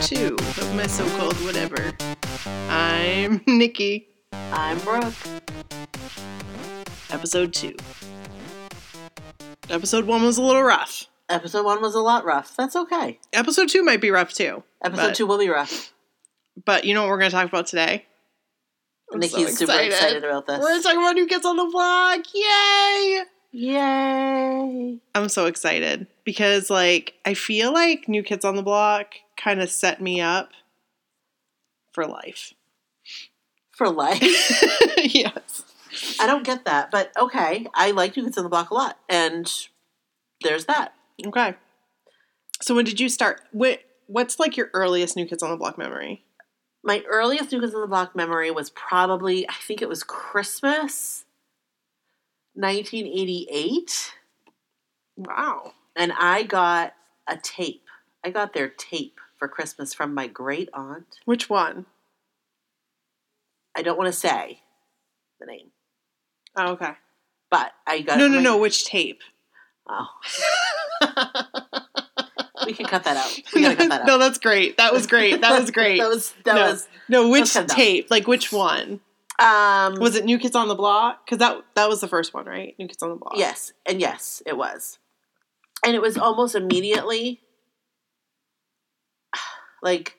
two of my so called whatever. I'm Nikki. I'm Brooke. Episode two. Episode one was a little rough. Episode one was a lot rough. That's okay. Episode two might be rough too. Episode But- two will be rough. But you know what we're going to talk about today? I'm so Nikki's super excited. excited about We're this. going to talk about who gets on the vlog. Yay! Yay! I'm so excited because like I feel like New Kids on the Block kind of set me up for life. For life. yes. I don't get that, but okay. I like New Kids on the Block a lot, and there's that. Okay. So when did you start? What what's like your earliest New Kids on the Block memory? My earliest New Kids on the Block memory was probably, I think it was Christmas 1988. Wow. and I got a tape. I got their tape for Christmas from my great aunt. Which one? I don't want to say the name, Oh, okay. but I got No, no, my- no. Which tape? Oh, we can cut that out. We gotta cut that out. no, that's great. That was great. That was great. that was that No. was no, which that was cut out. tape? Like which one? um Was it New Kids on the Block? Because that that was the first one, right? New Kids on the Block. yes and yes it was, and it was almost immediately like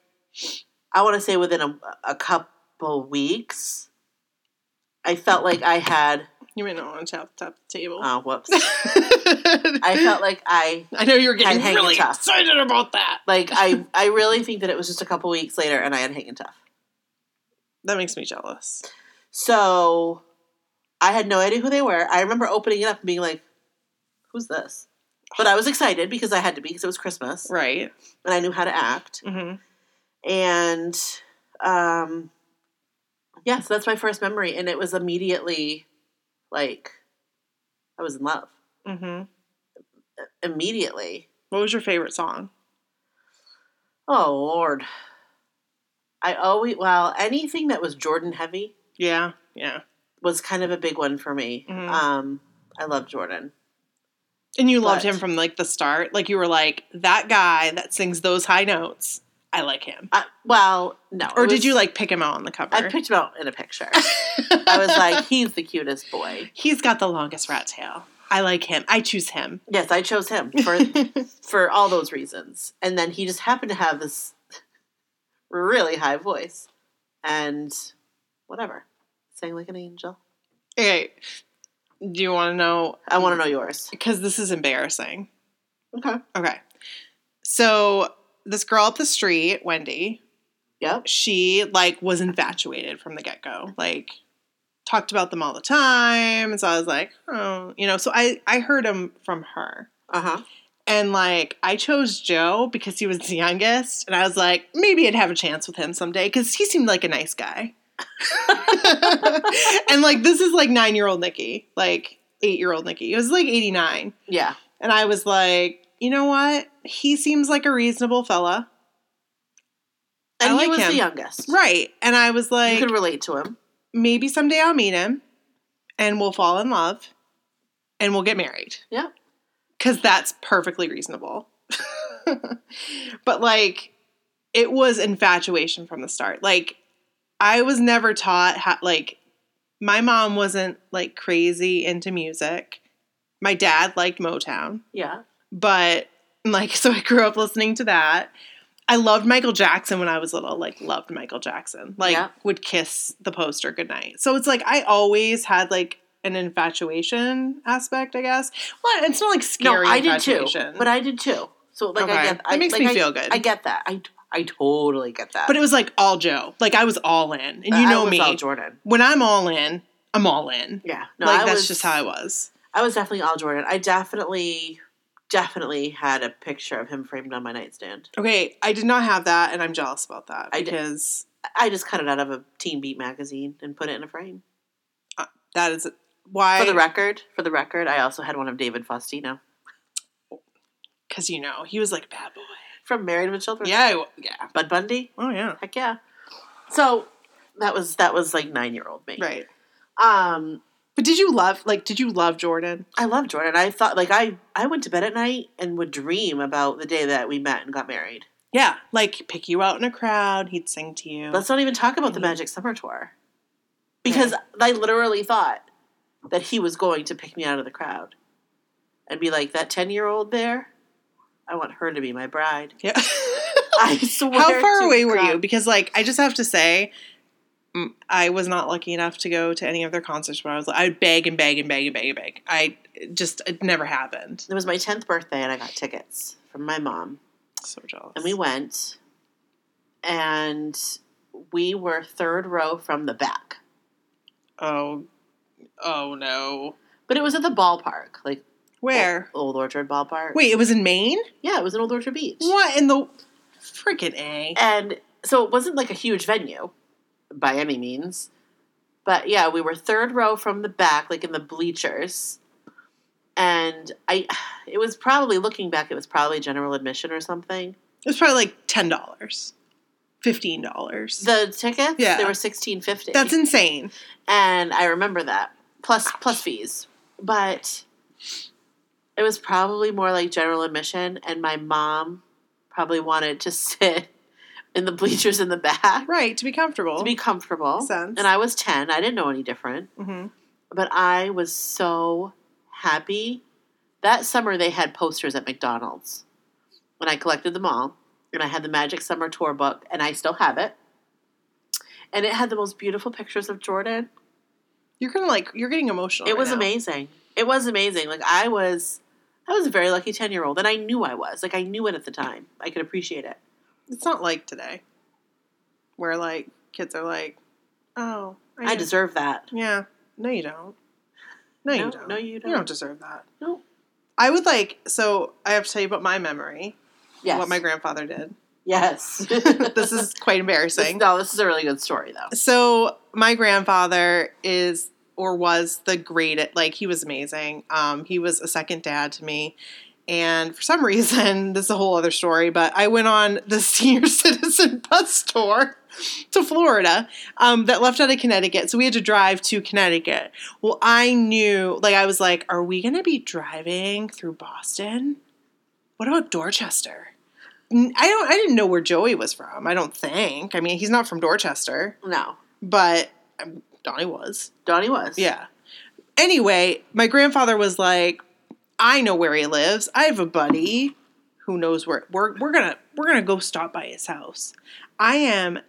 I want to say within a, a couple weeks. I felt like I had You might not want to tap tap the table. oh whoops. I I felt like I I know you were I getting hang really it up. excited about that. like I I really think that it was just a couple weeks later and I had hanging tough. That makes me jealous. So I had no idea who they were. I remember opening it up and being like, "Who's this?" But I was excited because I had to be because it was Christmas Right. and I knew how to act. Mm-hmm. And um yeah, so that's my first memory and it was immediately like I was in love. Mm-hmm. Immediately. What was your favorite song? Oh lord. I always well, anything that was Jordan heavy Yeah. Yeah. was kind of a big one for me. Mhm. Um, I love Jordan. And you loved But- him from like the start. Like you were like that guy that sings those high notes. I like him. I, well, no. Or it did was- you like pick him out on the cover? I picked him out in a picture. I was like, he's the cutest boy. He's got the longest rat tail. I like him. I choose him. Yes, I chose him for for all those reasons. And then he just happened to have this really high voice, and whatever, sang like an angel. Okay. Do you want to know? I want to know yours. because this is embarrassing. Okay. Okay. So this girl up the street, Wendy, Yep. she like was infatuated from the get go. Like talked about them all the time. And so I was like, oh, you know. So I I heard him from her, Uh huh. and like I chose Joe because he was the youngest, and I was like, maybe I'd have a chance with him someday because he seemed like a nice guy. and like this is like nine year old Nikki, like eight year old Nikki. It was like eighty nine. Yeah. And I was like, you know what? He seems like a reasonable fella. I And he like was him. the youngest. Right. And I was you like, could relate to him. maybe someday I'll meet him and we'll fall in love and we'll get married. Yep. Because that's perfectly reasonable. but like, it was infatuation from the start. Like, I was never taught how, like, my mom wasn't like crazy into music. My dad liked Motown. Yeah. but like so i grew up listening to that i loved michael jackson when i was little like loved michael jackson like Yeah. would kiss the poster goodnight so it's like i always had like an infatuation aspect i guess well it's not like scary no, I did too. infatuation But I did too. So like I Okay. get That I, makes like, me I- feel good. I get that. I I totally get that. but it was like all joe like i was all in and you I know was me all Jordan. when i'm all in i'm all in Yeah. No, like I that's was, just how i was I was definitely all Jordan. I definitely, definitely had a picture of him framed on my nightstand. okay i did not have that and i'm jealous about that I did. because I just cut it out of a Teen Beat magazine and put it in a frame. that is why for the record, for the record, I also had one of David Faustino because you know he was like a bad boy from Married with Children. yeah I w- yeah Bud Bundy. oh yeah Heck yeah. So that was that was like nine year old me. Right. Um, But did you love like did you love Jordan? I love Jordan. I thought like I I went to bed at night and would dream about the day that we met and got married. Yeah, like pick you out in a crowd, he'd sing to you. Let's not even talk about the Mm-hmm. Magic Summer Tour. Because I literally thought that he was going to pick me out of the crowd and be like, that 10 year old there, I want her to be my bride. yeah. I swear. How far to away were you? God. Because like I just have to say, mm, I was not lucky enough to go to any of their concerts. When I was, I beg and beg and beg and beg and beg. I it just it never happened. It was my 10th birthday and I got tickets from my mom. So jealous. And we went and we were third row from the back. oh, oh no. But it was at the ballpark, like Where? Old Orchard Ballpark. Wait, it was in Maine. Yeah, it was in Old Orchard Beach. What in the freaking a? And so it wasn't like a huge venue by any means. But yeah, we were third row from the back, like in the bleachers. And I it was probably looking back, it was probably general admission or something. It was probably like ten dollars, fifteen dollars. The tickets, Yeah. they were sixteen fifty. That's insane. and I remember that. Plus plus fees. But it was probably more like general admission and my mom probably wanted to sit in the bleachers in the back. Right to be comfortable. to be comfortable. Makes Oh. sense. And I was 10. I didn't know any different. Mhm. But I was so happy. That summer, they had posters at McDonald's. And I collected them all. And I had the Magic Summer Tour book. And I still have it. And it had the most beautiful pictures of Jordan. You're gonna like. You're getting emotional. It right was now. amazing. It was amazing. Like, I was. I was a very lucky 10 year old, and I knew I was. Like, I knew it at the time. I could appreciate it. It's not like today, where like kids are like, "Oh, I, did- deserve that. Yeah, no, you don't. No, No, you don't. no, you You don't. don't deserve that. No. I would like. So I have to tell you about my memory. Yes. What my grandfather did. yes. this is quite embarrassing. No, this is a really good story, though. So my grandfather is or was the greatest. Like he was amazing. Um, he was a second dad to me. And for some reason, this is a whole other story, but I went on the senior citizen bus tour to Florida um, that left out of Connecticut. So we had to drive to Connecticut. Well, I knew, like, I was like, are we going to be driving through Boston? What about Dorchester? N- I don't. I didn't know where Joey was from. I don't think. I mean, he's not from Dorchester No. but um, Donnie was. Donnie was. Yeah. Anyway, my grandfather was like, I know where he lives. I have a buddy who knows where we're we're gonna we're gonna go stop by his house. I am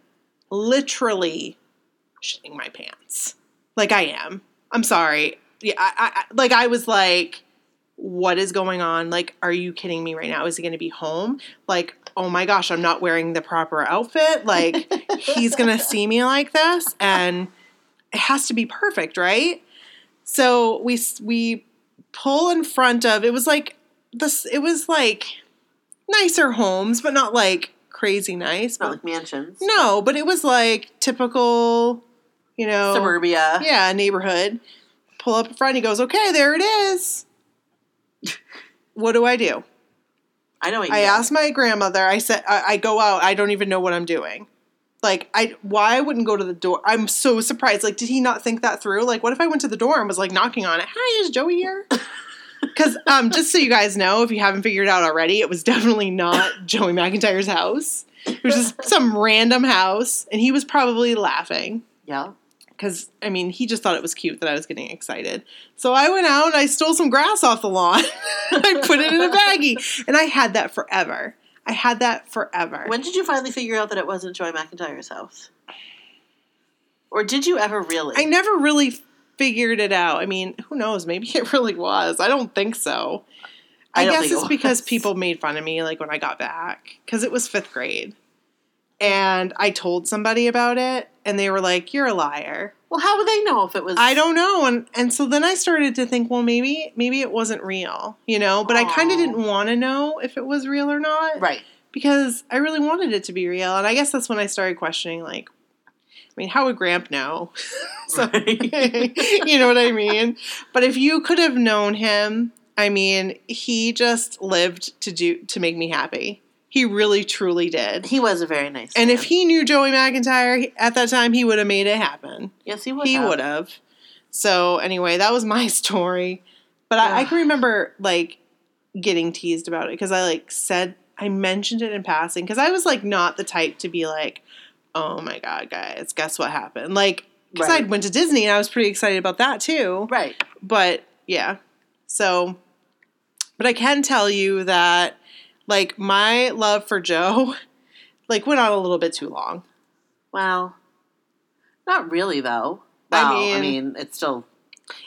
literally shitting my pants. Like I am. I'm sorry. Yeah, I, I I- like I was like, what is going on? Like, are you kidding me right now? Is he gonna be home? Like, oh my gosh, I'm not wearing the proper outfit. Like, he's gonna see me like this, and it has to be perfect, right? So we s- we pull in front of it was like this. It was like nicer homes, but not like crazy nice. It's not But like mansions. no, but it was like typical, you know, Suburbia. yeah, neighborhood. Pull up in front. He goes, "Okay, there it is." what do I do? I know what you I mean. asked my grandmother. I said, I, "I go out. I don't even know what I'm doing." Like, I why I wouldn't go to the door? I'm so surprised. Like, did he not think that through? Like, what if I went to the door and was like knocking on it? Hi, is Joey here? Because um, just so you guys know, if you haven't figured it out already, it was definitely not Joey McIntyre's house. It was just some random house, and he was probably laughing Yeah. because I mean, he just thought it was cute that I was getting excited. So I went out and I stole some grass off the lawn. I put it in a baggie, and I had that forever. I had that forever. When did you finally figure out that it wasn't Joy McIntyre's house? Or did you ever really? I never really figured it out. I mean, who knows? Maybe it really was. I don't think so. I I, don't guess think it it's because was. people made fun of me like when I got back because it was fifth grade, and I told somebody about it, and they were like, "You're a liar." Well, how would they know if it was? I don't know. And and so then I started to think, well, maybe maybe it wasn't real, you know. But I kind Aw. of didn't want to know if it was real or not, Right. because I really wanted it to be real. And I guess that's when I started questioning, like, I mean, how would Gramp know? so you know what I mean. But if you could have known him, I mean, he just lived to do to make me happy. He really, truly did. He was a very nice. And man. if he knew Joey McIntyre he- at that time, he would have made it happen yes, he would. he would have. So anyway, that was my story. But I, I Ugh. can remember like getting teased about it because I like said I mentioned it in passing because I was like not the type to be like, oh my god, guys, guess what happened? Like, because Right. I went to Disney and I was pretty excited about that too. Right. But yeah, so, but I can tell you that like my love for Joe, like went on a little bit too long. Well, not really though. I Wow. I mean, mean- it still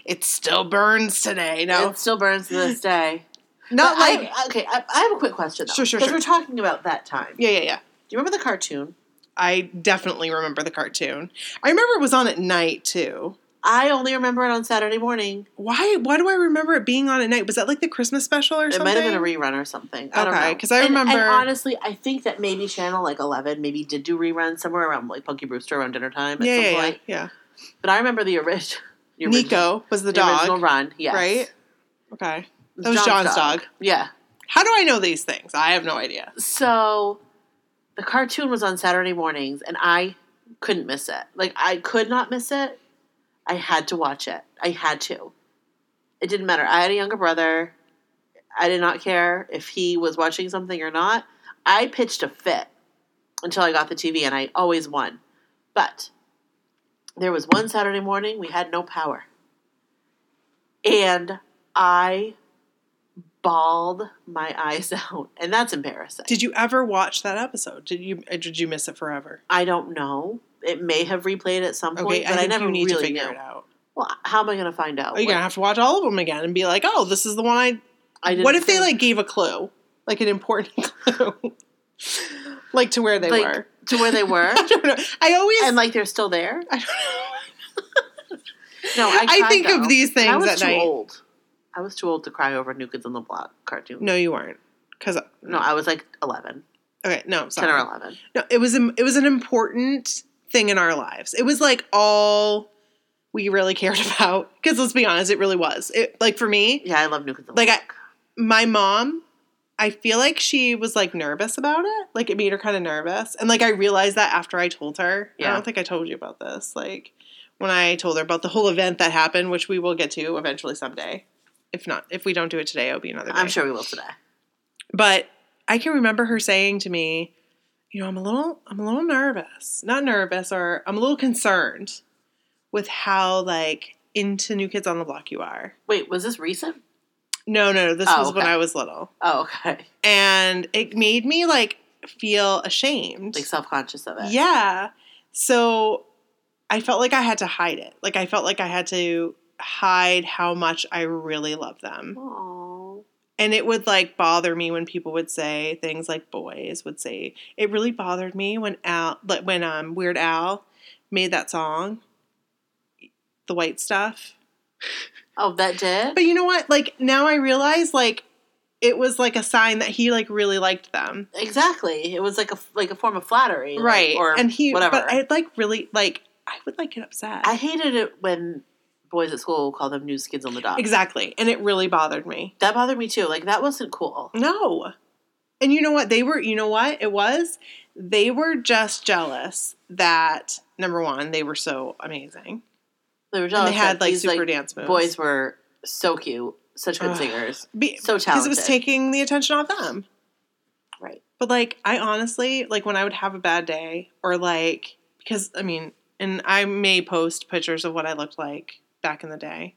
It still burns today. No, it still burns to this day. not But I- like okay. I, I have a quick question though, Sure, sure, because sure. we're talking about that time. yeah, yeah, yeah. Do you remember the cartoon? I definitely remember the cartoon. I remember it was on at night too. I only remember it on Saturday morning. Why? Why do I remember it being on at night? Was that like the Christmas special or It something? might have been a rerun or something. I don't Okay, know. 'cause I And- And, remember- honestly, I think that maybe Channel like Eleven maybe did do reruns somewhere around like Punky Brewster around dinner time at yeah, some yeah, point. yeah, But I remember the original. yeah. Nico was the, the, dog, original run. Yes. right? Okay. It was That was John's dog. Yeah. How do I know these things? I have no idea. So the cartoon was on Saturday mornings, and I couldn't miss it. Like I could not miss it. I had to watch it. I had to. It didn't matter. I had a younger brother. I did not care if he was watching something or not. I pitched a fit until I got the TV, and I always won. But there was one Saturday morning we had no power, and I bawled my eyes out, and that's embarrassing. Did you ever watch that episode? Did you? Or did you miss it forever? I don't know. It may have replayed at some point, Okay, I but I, think never you need really to figure knew. it out. Well, how am I going to find out? Are you Like, gonna have to watch all of them again and be like, "Oh, this is the one I I didn't what if they think- like gave a clue like an important clue like to where they Like- were to where they were, i don't know i always and like they're still there? I, don't know. No, I, I cried, think of though. these And I things was at too night. old. I was too old to cry over New Kids on the Block cartoon. no you weren't because No, I was like 11, okay no 10 or sorry 11. no it was im- it was an important thing in our lives it was like all we really cared about because let's be honest it really was it like for me Yeah, I love New Kids on the Like, I- Block. my mom i feel like she was like nervous about it like it made her kind of nervous and like i realized that after i told her i Yeah. don't think i told you about this like when i told her about the whole event that happened which we will get to eventually someday if not if we don't do it today it'll be another day I'm sure we will today. but i can remember her saying to me you know i'm a little i'm a little nervous not nervous or i'm a little concerned with how like into new kids on the block you are Wait, was this recent? no no this Oh, was when okay. i was little Oh, okay. and it made me like feel ashamed. Like self conscious of it. yeah. So I felt like I had to hide it. Like I felt like I had to hide how much I really love them. Aww. And it would like bother me when people would say things like boys would say. It really bothered me when Al like when um Weird Al made that song The White Stuff. Oh, that did? But you know what? Like now I realize like it was like a sign that he like really liked them. Exactly. It was like a like a form of flattery, like, right or and he whatever. but i'd like really like i would like get upset I hated it when boys at school called them news kids on the dock. exactly and it really bothered me That bothered me too. Like that wasn't cool. no and you know what they were you know what it was they were just jealous that number one they were so amazing They were and jealous. they had that like these, super dance moves boys were so cute, such good Ugh. singers, Be- so because talented. it was taking the attention off them right. But like I honestly like when I would have a bad day or like because I mean and I may post pictures of what I looked like back in the day.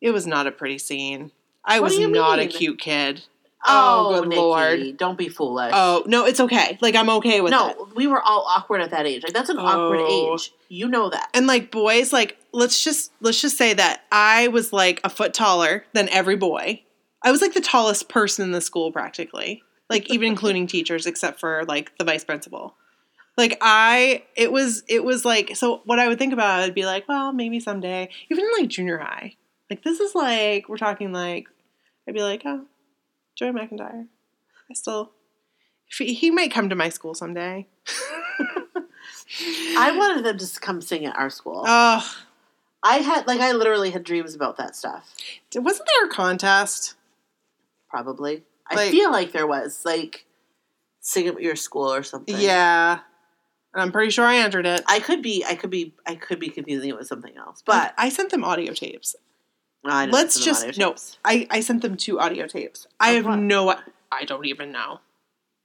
It was not a pretty scene. I What was do you not mean? a cute kid. Oh, Oh, good Nikki, lord. Don't be foolish. Oh, no, it's okay. Like I'm okay with no, it. we were all awkward at that age. Like that's an awkward Oh. age. You know that. And like boys like let's just let's just say that I was like a foot taller than every boy. I was like the tallest person in the school practically. Like even including teachers except for like the vice principal. Like I it was it was like so what I would think about I would be like, well, maybe someday even in like junior high. Like this is like we're talking like I'd be like, oh, Joey McIntyre. I still he, he might come to my school someday. I wanted them to s- come sing at our school. Oh, I had like I literally had dreams about that stuff. wasn't there a contest? Probably. I Like- feel like there was like sing at your school or something. Yeah. And I'm pretty sure I entered it. I could be, I could be, I could be confusing it with something else, but I sent them audio tapes. No, I didn't Let's listen to just audio no. tapes. I, I sent them two audio tapes. I Of have what? no I don't even know.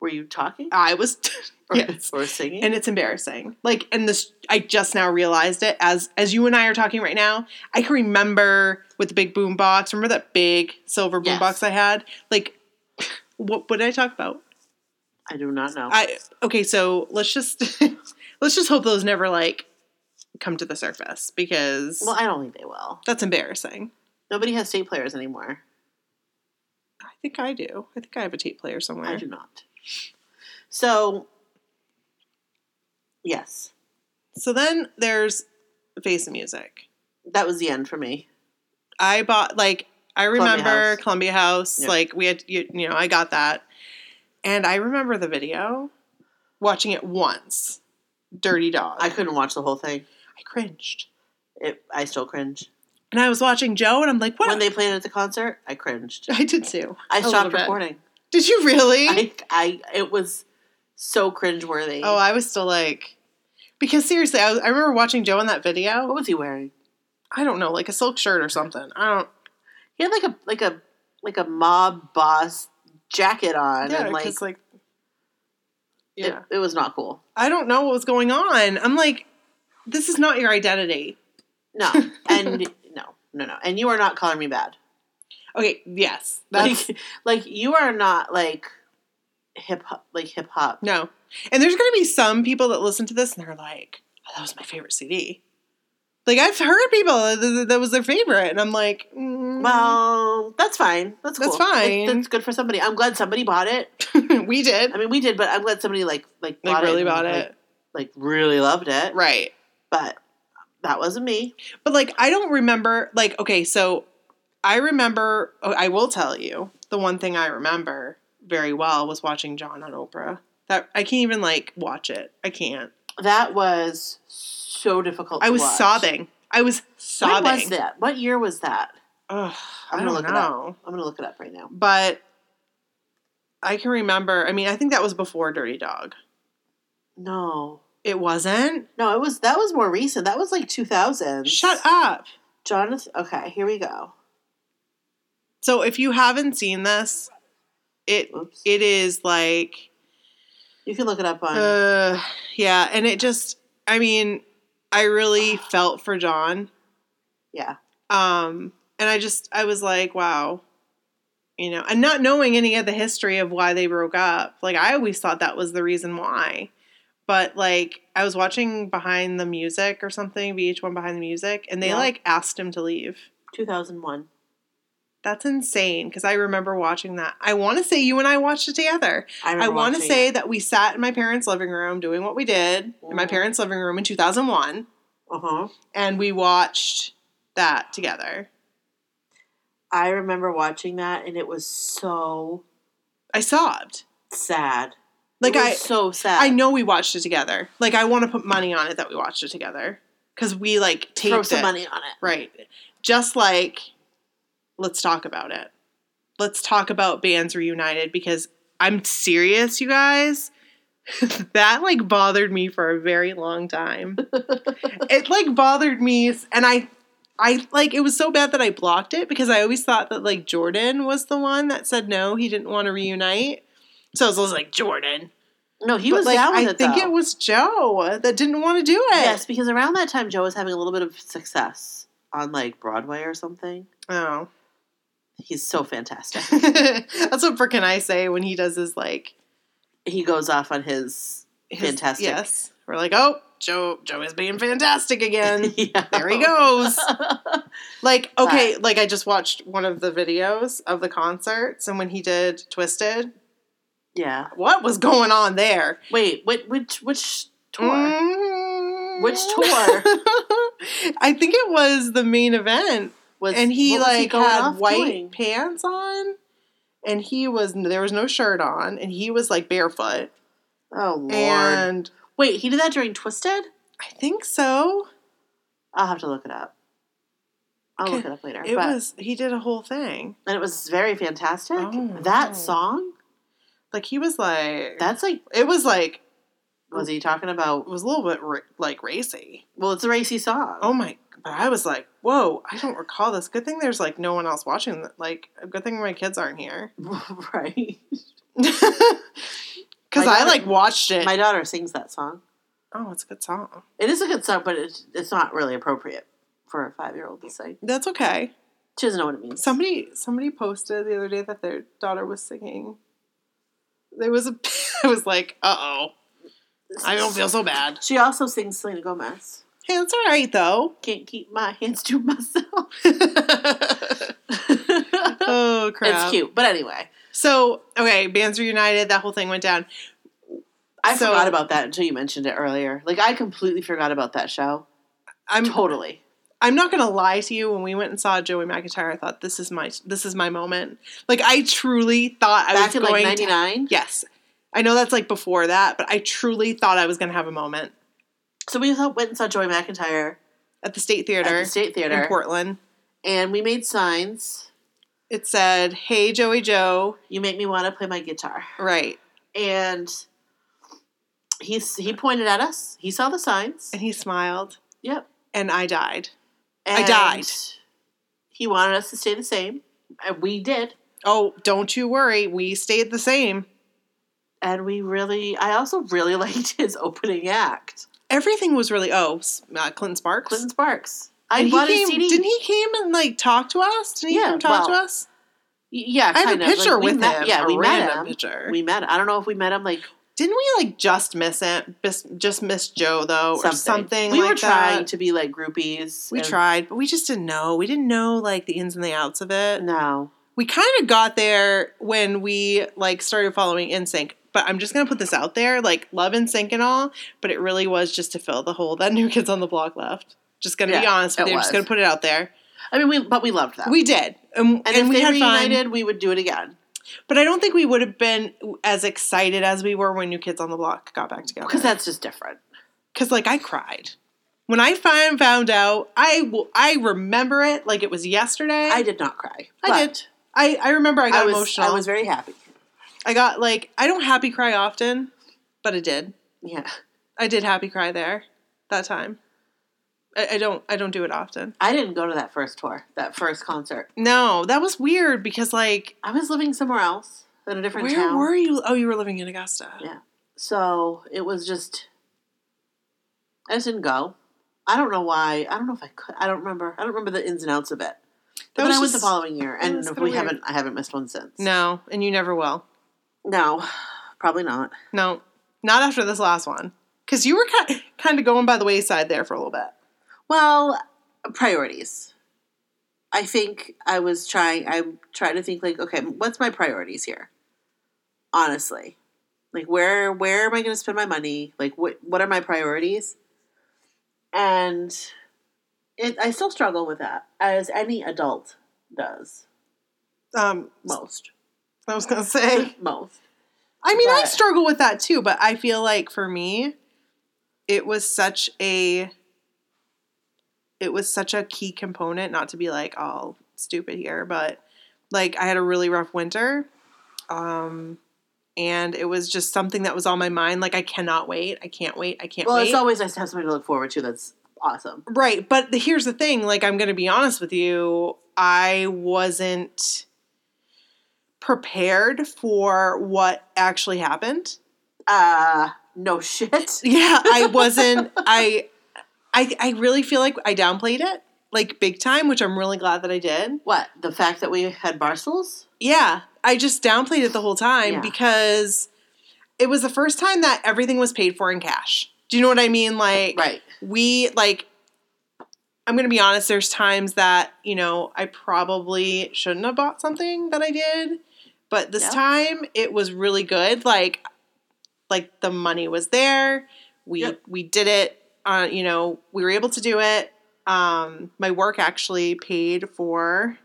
Were you talking I was or, Uh, yes. or singing? and it's embarrassing. Like and this I just now realized it as as you and I are talking right now. I can remember with the big boom box. Remember that big silver boom Yes. box I had? Like what what did I talk about? I do not know. I okay, so let's just let's just hope those never like come to the surface because well, I don't think they will. that's embarrassing. Nobody has tape players anymore. I think I do. I think I have a tape player somewhere. I do not. So, yes, So then there's Face of Music. that was the end for me. I bought like I Columbia remember House. Columbia House. Yeah. Like we had you, you know I got that, and I remember the video, watching it once. Dirty Dog. I couldn't watch the whole thing. I cringed, It, I still cringe. and I was watching Joe, and I'm like, what? When they played it at the concert, I cringed. I did too. A I little stopped bit. recording. Did you really? I, I, it was so cringeworthy. oh, I was still like, because seriously, I, was, I remember watching Joe in that what video. was he wearing? I don't know, like a silk shirt or something. I don't. He had like a like a like a mob boss jacket on, yeah, and like, because like, it- yeah. it was not cool. I don't know what was going on. I'm like, this is not your identity. No, and no, no, no, and you are not calling me bad. Okay, yes, that's Like, like you are not like hip hop, like hip hop. no. And there's going to be some people that listen to this and they're like, oh, "That was my favorite CD." Like I've heard people that, that- that was their favorite, and I'm like, mm, Well, that's fine. That's cool. That's fine. That- that's good for somebody. I'm glad somebody bought it. we did. I mean, we did, but I'm glad somebody like like Like bought really it and, about like- it, Like, really loved it. right? But that wasn't me. But like, I don't remember. Like, okay, so I remember. oh, I will tell you the one thing I remember very well was watching John on Oprah. That I can't even like watch it. I can't. That was so difficult. I to was watch. sobbing. I was sobbing. When was that? What year was that? Ugh, I'm I gonna don't look it up. know. I'm gonna look it up right now. But I can remember. I mean, I think that was before Dirty Dog. No, It wasn't. no, it was that was more recent. That was like 2000. Shut up. Jonathan. Okay, here we go. So if you haven't seen this, it Oops. it is like You can look it up on. uh yeah, and it just I mean, I really felt for John. yeah. Um and I just I was like, wow. You know, and not knowing any of the history of why they broke up. Like I always thought that was the reason why. But like I was watching Behind the Music or something, VH1 Behind the Music, and they Yeah. like asked him to leave. 2001. That's insane because I remember watching that. I want to say you and I watched it together. I remember want to watching say it. that we sat in my parents' living room doing what we did in my Mhm. parents' living room in 2001 Uh-huh. and we watched that together. I remember watching that and it was so I sobbed. sad. Like it was I so sad. I know we watched it together. Like I want to put money on it that we watched it together cuz we like taped Throw some it. money on it. Right. Just like let's talk about it. Let's talk about bands reunited because I'm serious, you guys. that like bothered me for a very long time. it like bothered me and I I like it was so bad that I blocked it because I always thought that like Jordan was the one that said no, he didn't want to reunite. So I was always like Jordan. No, he But, was like, down with I it think though. it was Joe that didn't want to do it. Yes, because around that time Joe was having a little bit of success on like Broadway or something. Oh. He's so fantastic. That's what Brick and I say when he does his like he goes off on his his- Fantastic. Yes, we're like, oh, Joe, Joe is being fantastic again. Yeah. there he goes. Like, okay, But- like I just watched one of the videos of the concerts, and when he did Twisted, yeah. what was going on there? Wait, which which which tour? Mm. Which tour? I think it was the main event, Was and he what was like going had off white doing? pants on. And he was there was no shirt on, and he was like barefoot. Oh lord. And Wait, he did that during Twisted? I think so. I'll have to look it up. I'll look it up later. It but was he did a whole thing. and it was very fantastic. Oh, that wow. song, Like he was like that's like it was like was he talking it about was a little bit ra- like racy. well it's a racy song. Oh my but I was like, "Whoa, I don't recall this. Good thing there's like no one else watching that. Like a good thing my kids aren't here." right. Because My I daughter- like watched it. My daughter sings that song. oh, it's a good song. It is a good song, but it's, it's not really appropriate for a five year old to sing. That's okay. She doesn't know what it means. Somebody somebody posted the other day that their daughter was singing. There was a. I was like, uh oh. I don't feel so bad. She also sings Selena Gomez. Hey, that's all right though. Can't keep my hands to myself. oh crap! It's cute, but anyway, So okay, bands reunited. That whole thing went down. I So- forgot about that until you mentioned it earlier. Like I completely forgot about that show. I'm Totally. I'm not gonna lie to you. When we went and saw Joey McIntyre, I thought this is my this is my moment. Like I truly thought I Back was in going like to- '99. Yes, I know that's like before that, but I truly thought I was gonna have a moment So we saw- went and saw Joy McIntyre at the State Theater, at the State in Theater, Portland. and we made signs. It said, "Hey Joey Joe," You make me want to play my guitar, right? and he he pointed at us. He saw the signs. And he smiled, Yep. and I died. And died. He wanted us to stay the same, and we did. Oh, don't you worry, we stayed the same. And we really, I also really liked his opening act, Everything was really oh, s- uh, Clinton Sparks. Clinton Sparks. I And he bought came, his CD. Didn't he came and like talk to us? Didn't he Yeah, come talk well, to us? Y- Yeah, I have kind a of. Like, picture we with met- him. Yeah, a we met random him. Picture. We met. I don't know if we met him like Didn't we like just miss it? bis- Just miss Joe though, Oh, or something. something. we like were trying that. to be like groupies. We and- tried, but we just didn't know. We didn't know like the ins and the outs of it. No, We kind of got there when we like started following NSYNC. But I'm just gonna put this out there, like love NSYNC and all, but it really was just to fill the hole that New Kids on the Block left. Just gonna be Yeah, honest with it you. I'm just was. gonna put it out there. I mean we, but we loved them. We did, and, and, and if we they had fun. reunited, we would do it again But I don't think we would have been as excited as we were when New Kids on the Block got back together. because that's just different. because like I cried when I fin- found out. I will- I remember it like it was yesterday. I did not cry. I did. I, I remember I but I, got was emotional. I was very happy. I got like I don't happy cry often, but I did. Yeah, I did happy cry there that time. I, I don't I don't do it often. I didn't go to that first tour, that first concert. No, that was weird because like I was living somewhere else in a different where town. were you? Oh, you were living in Augusta. Yeah. So it was just, I just didn't go. I don't know why. I don't know if I could. I don't remember. I don't remember the ins and outs of it. That but was I went the just- following year, that and was we kinda weird. haven't. I haven't missed one since. No, and you never will. no, probably not. No, not after this last one. Because you were ki- kind of going by the wayside there for a little bit. Well, priorities. I think I was trying. I'm trying to think like, okay, what's my priorities here? Honestly, like where where am I going to spend my money? Like what what are my priorities? And it, I still struggle with that, as any adult does. Um, Most, I was gonna say. most. I mean, I But- struggle with that too, but I feel like for me, it was such a it was such a key component. Not to be like all stupid here, but like I had a really rough winter, um, and it was just something that was on my mind. Like I cannot wait. I can't wait. I can't Well, wait. it's always nice to have something to look forward to. That's awesome. Right, but the, here's the thing. Like, I'm going to be honest with you. I wasn't prepared for what actually happened. Uh, no shit. Yeah, I wasn't. I, I, I really feel like I downplayed it, like big time, which I'm really glad that I did. What the fact that we had Barstools? Yeah, I just downplayed it the whole time Yeah. because it was the first time that everything was paid for in cash. Do you know what I mean? Like, Right. we like i'm gonna be honest there's times that you know i probably shouldn't have bought something that i did but this Yeah. time it was really good like like the money was there we Yep. we did it uh, you know we were able to do it um my work actually paid for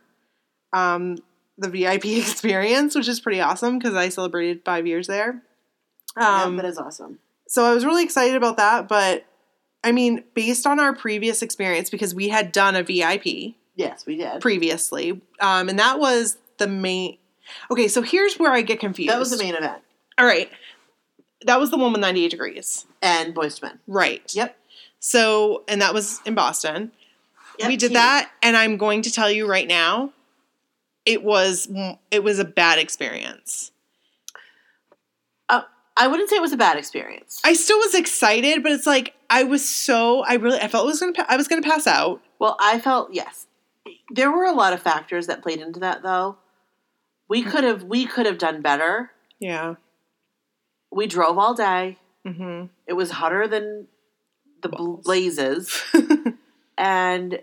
um the vip experience which is pretty awesome because i celebrated five years there Um, yeah, but it's awesome. so I was really excited about that, but I mean, based on our previous experience, because we had done a VIP Yes, we did. previously, um, and that was the main. Okay, so here's where I get confused. That was the main event. All right, that was the one with 98 degrees, And Boyz II Men. right? Yep. So, and that was in Boston. Yep, we did TV. that, and I'm going to tell you right now, it was it was a bad experience. Uh, I wouldn't say it was a bad experience. I still was excited, but it's like I was so I really I felt I was gonna pa- I was gonna pass out. Well, I felt yes. There were a lot of factors that played into that though. We Mm-hmm. could have we could have done better. Yeah. We drove all day. hmm It was hotter than the Balls. blazes. and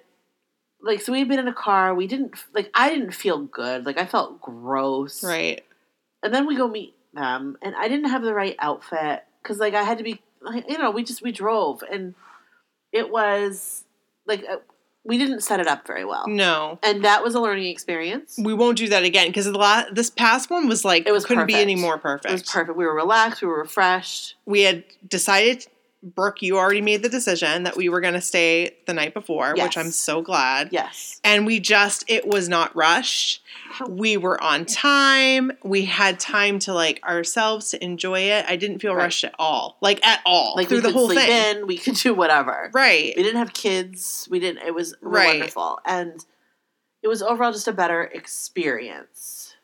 like so we had been in a car. We didn't like I didn't feel good. Like I felt gross. right. And then we go meet them and I didn't have the right outfit cuz like I had to be like, you know, we just we drove and it was like uh, we didn't set it up very well. No, And that was a learning experience. we won't do that again because the la- this past one was like It was couldn't be perfect. any more perfect. It was perfect. We were relaxed. We were refreshed. We had decided, Brooke, you already made the decision that we were gonna stay the night before, which Yes. I'm so glad. Yes. And we just it was not rushed. We were on time. We had time to like ourselves to enjoy it. I didn't feel Right. rushed at all, like at all, Like through we the could whole sleep thing. in. We could do whatever. Right. We didn't have kids. We didn't. It was Right. wonderful, and it was overall just a better experience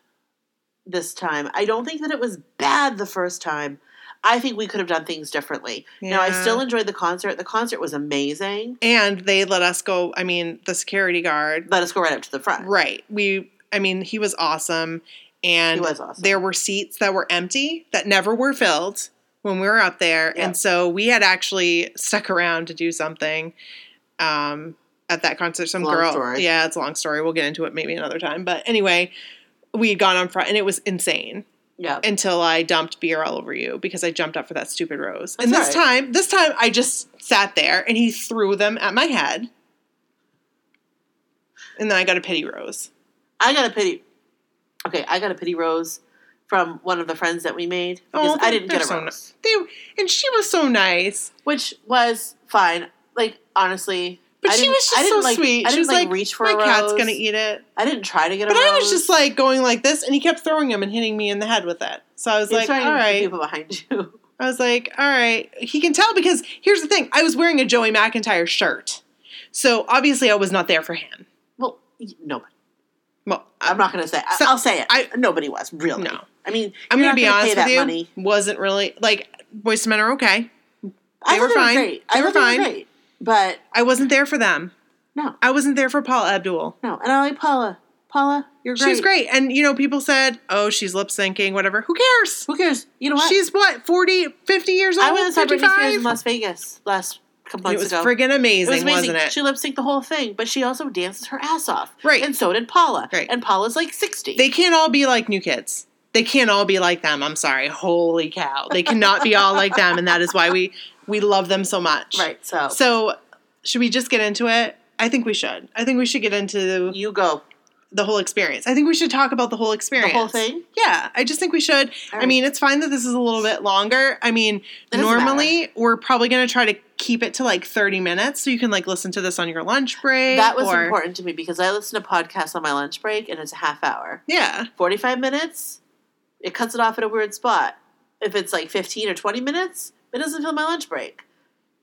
this time. I don't think that it was bad the first time. I think we could have done things differently. Now I Yeah. still enjoyed the concert. The concert was amazing. and they let us go. I mean, the security guard. Let us go right up to the front. Right. We. I mean, he was awesome, It and was awesome. there were seats that were empty that never were filled when we were up there, Yep. and so we had actually stuck around to do something. Um, at that concert, some Long girl. story. Yeah, it's a long story. We'll get into it maybe another time. But anyway, we had gone on front, and it was insane yeah. until I dumped beer all over you because I jumped up for that stupid rose. That's and this all time, this time I just sat there and he threw them at my head. And then I got a pity rose. I got a pity. Okay, I got a pity rose from one of the friends that we made because Oh, they're- I didn't they're get a so rose, ni- They and she was so nice. which was fine. Like honestly, But I she didn't- was I just so didn't, like- sweet. I she didn't was like, like, reach for my a rose. cat's gonna eat it. I didn't try to get a But rose. I was just like going like this, and he kept throwing him and hitting me in the head with it. So I was He's like, all trying to right. people behind you. I was like, all right, he can tell because here's the thing: I was wearing a Joey McIntyre shirt, so obviously I was not there for him. Well, y- nobody. Well, I'm not gonna say. I, So- I'll say it. I- nobody was really. No. I mean, I'm gonna you're not be pay honest that with you. Money. Wasn't really like boys to men are okay. I They were thought fine. great. They I were thought fine. great. But I wasn't there for them. no, I wasn't there for Paula Abdul. no, and I like Paula. Paula, you're great. She was great, and you know people said, "Oh, she's lip syncing, whatever." Who cares? Who cares? You know what? She's what 40, 50 years old. I went and saw Britney Spears in 55? Las Vegas last couple It months was ago. friggin' amazing, it was wasn't it? She lip synced the whole thing, but she also dances her ass off. Right. And so did Paula. Right. And Paula's like 60. they can't all be like new kids. They can't all be like them. I'm sorry. Holy cow. They cannot be all like them, and that is why we we love them so much. right. So, So, should we just get into it? I think we should. I think we should get into you go. the whole experience. I think we should talk about the whole The experience. whole thing. Yeah, I just think we should. All I right. mean, it's fine that this is a little bit longer. I mean, It doesn't normally we're probably going to try to keep it to like 30 minutes so you can like listen to this on your lunch break. That was or- important to me because I listen to podcasts on my lunch break and it's a half hour. Yeah. 45 minutes, it cuts it off at a weird spot. If it's like 15 or 20 minutes, it doesn't fill my lunch break.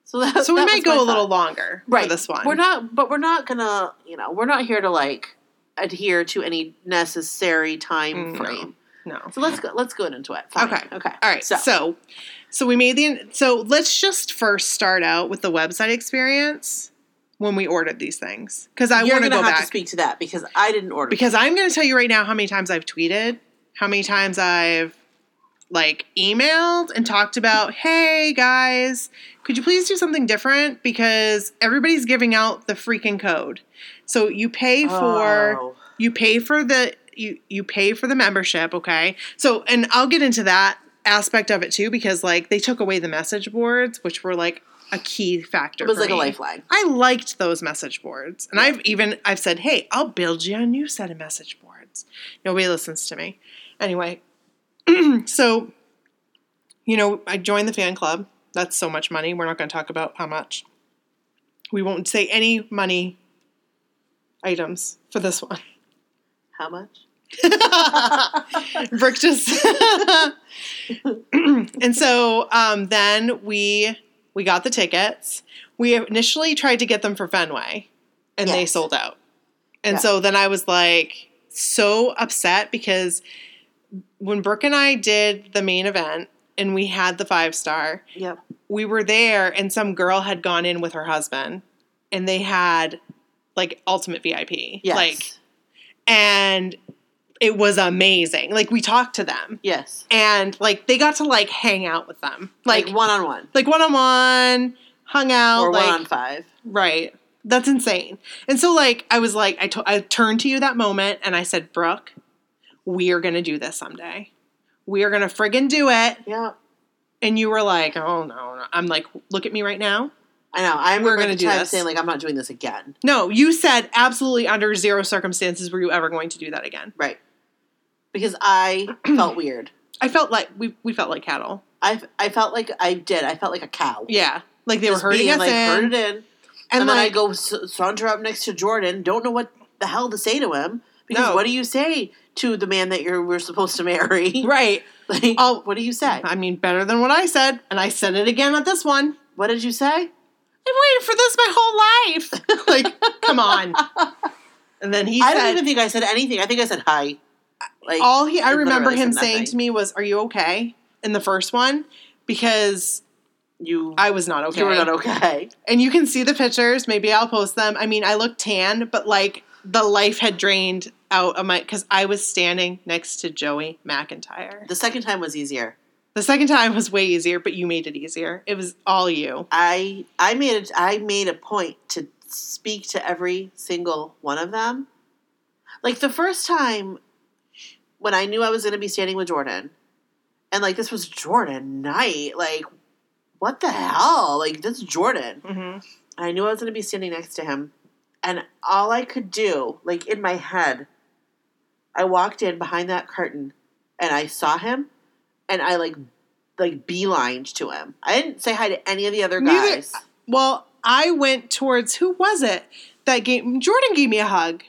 So, that, So we that might was go my a thought. little longer right for this one. We're not, but we're not gonna, you know, we're not here to like adhere to any necessary time Mm, No. frame. No. So let's go. Let's go into it. Fine. Okay. Okay. All right. So, So. so we made the so let's just first start out with the website experience when we ordered these things cuz I you're want to gonna go have back to speak to that because I didn't order. because I'm going to tell you right now how many times I've tweeted, how many times I've like emailed and talked about, "Hey guys, could you please do something different because everybody's giving out the freaking code." So you pay for Oh. you pay for the you you pay for the membership okay so and i'll get into that aspect of it too because like they took away the message boards which were like a key factor It was for like a me. lifeline. i liked those message boards and i've even i've said hey i'll build you a new set of message boards nobody listens to me anyway so you know i joined the fan club that's so much money we're not going to talk about how much we won't say any money items for this one How much? Brooke just and so um, then we we got the tickets. We initially tried to get them for Fenway, and they Yes. sold out. And Yeah. so then I was like so upset because when Brooke and I did the main event and we had the five star. Yep. We were there, and some girl had gone in with her husband, and they had like ultimate VIP. Yes. Like, and it was amazing. Like, we talked to them, yes. and like they got to like hang out with them, like Like one on one like one on one, hung out, or like one on five. Right. That's insane. And so, like, I was like, I, t- I turned to you that moment and I said, Brooke, we are going to do this someday. We are going to friggin' do it. Yeah. And you were like, oh, no, no. I'm like, look at me right now. I know. I We're remember gonna at the do time this. saying like I'm not doing this again. No, you said absolutely under zero circumstances were you ever going to do that again. Right. Because I felt weird. I felt like we, we felt like cattle. I, I felt like I did. I felt like a cow. Yeah. Like they Just were hurting being, us like, in. herded in. And, And, then I like, go sa- saunter up next to Jordan. Don't know what the hell to say to him because No. what do you say to the man that you were supposed to marry? right. Like, I'll- what do you say? I mean, better than what I said. And I said it again at this one. What did you say? I've waited for this my whole life. like, come on. And then he I said, don't even think I said anything. I think I said hi. Like all he, I I remember literally him said saying nothing. to me was, Are you okay? In the first one, because you, I was not okay. you were not okay. And you can see the pictures. Maybe I'll post them. I mean, I looked tan, but like the life had drained out of my, because I was standing next to Joey McIntyre. The second time was easier. The second time was way easier, but you made it easier. It was all you. I I made it. I made a point to speak to every single one of them. Like the first time when I knew I was going to be standing with Jordan, and like this was Jordan night. Like what the hell? Like this is Jordan. Mm-hmm. I knew I was going to be standing next to him, and all I could do, like in my head, I walked in behind that curtain, and I saw him, and I like like beelined to him. I didn't say hi to any of the other Neither- guys. Well, I went towards, who was it that gave, Jordan gave me a hug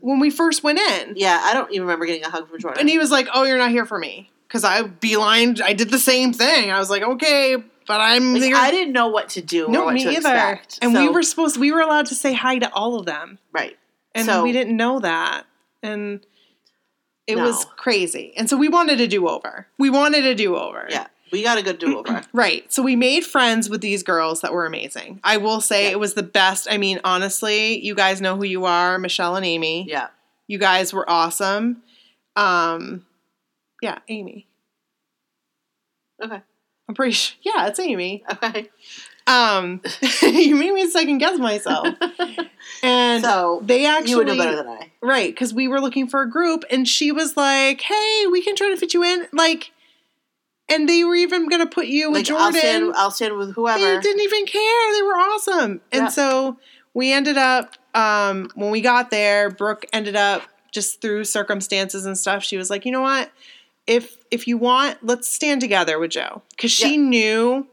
when we first went in. Yeah, I don't even remember getting a hug from Jordan. And he was like, "Oh, you're not here for me," because I beelined. I did the same thing. I was like, "Okay, but I'm Like, here." I didn't know what to do or no, what me to either. expect. And we So- were supposed. We were allowed to say hi to all of them, right. and So- we didn't know that. And it No. was crazy. And so we wanted a do over. We wanted a do over. Yeah, we got a good do over. Right. So we made friends with these girls that were amazing. I will say Yeah. it was the best. I mean, honestly, you guys know who you are, Michelle and Amy. yeah, You guys were awesome. Um, yeah, Amy. Okay. I'm pretty sure. Yeah, it's Amy. okay. Um, you made me second guess myself. And so they actually you would know better than I. right because we were looking for a group, and she was like, "Hey, we can try to fit you in." Like, and they were even gonna put you with Like Jordan. I'll stand, I'll stand with They whoever. didn't even care. They were awesome. And Yeah. so we ended up, um, when we got there, Brooke ended up just through circumstances and stuff. She was like, you know what? If if you want, let's stand together with Joe because she Yeah. knew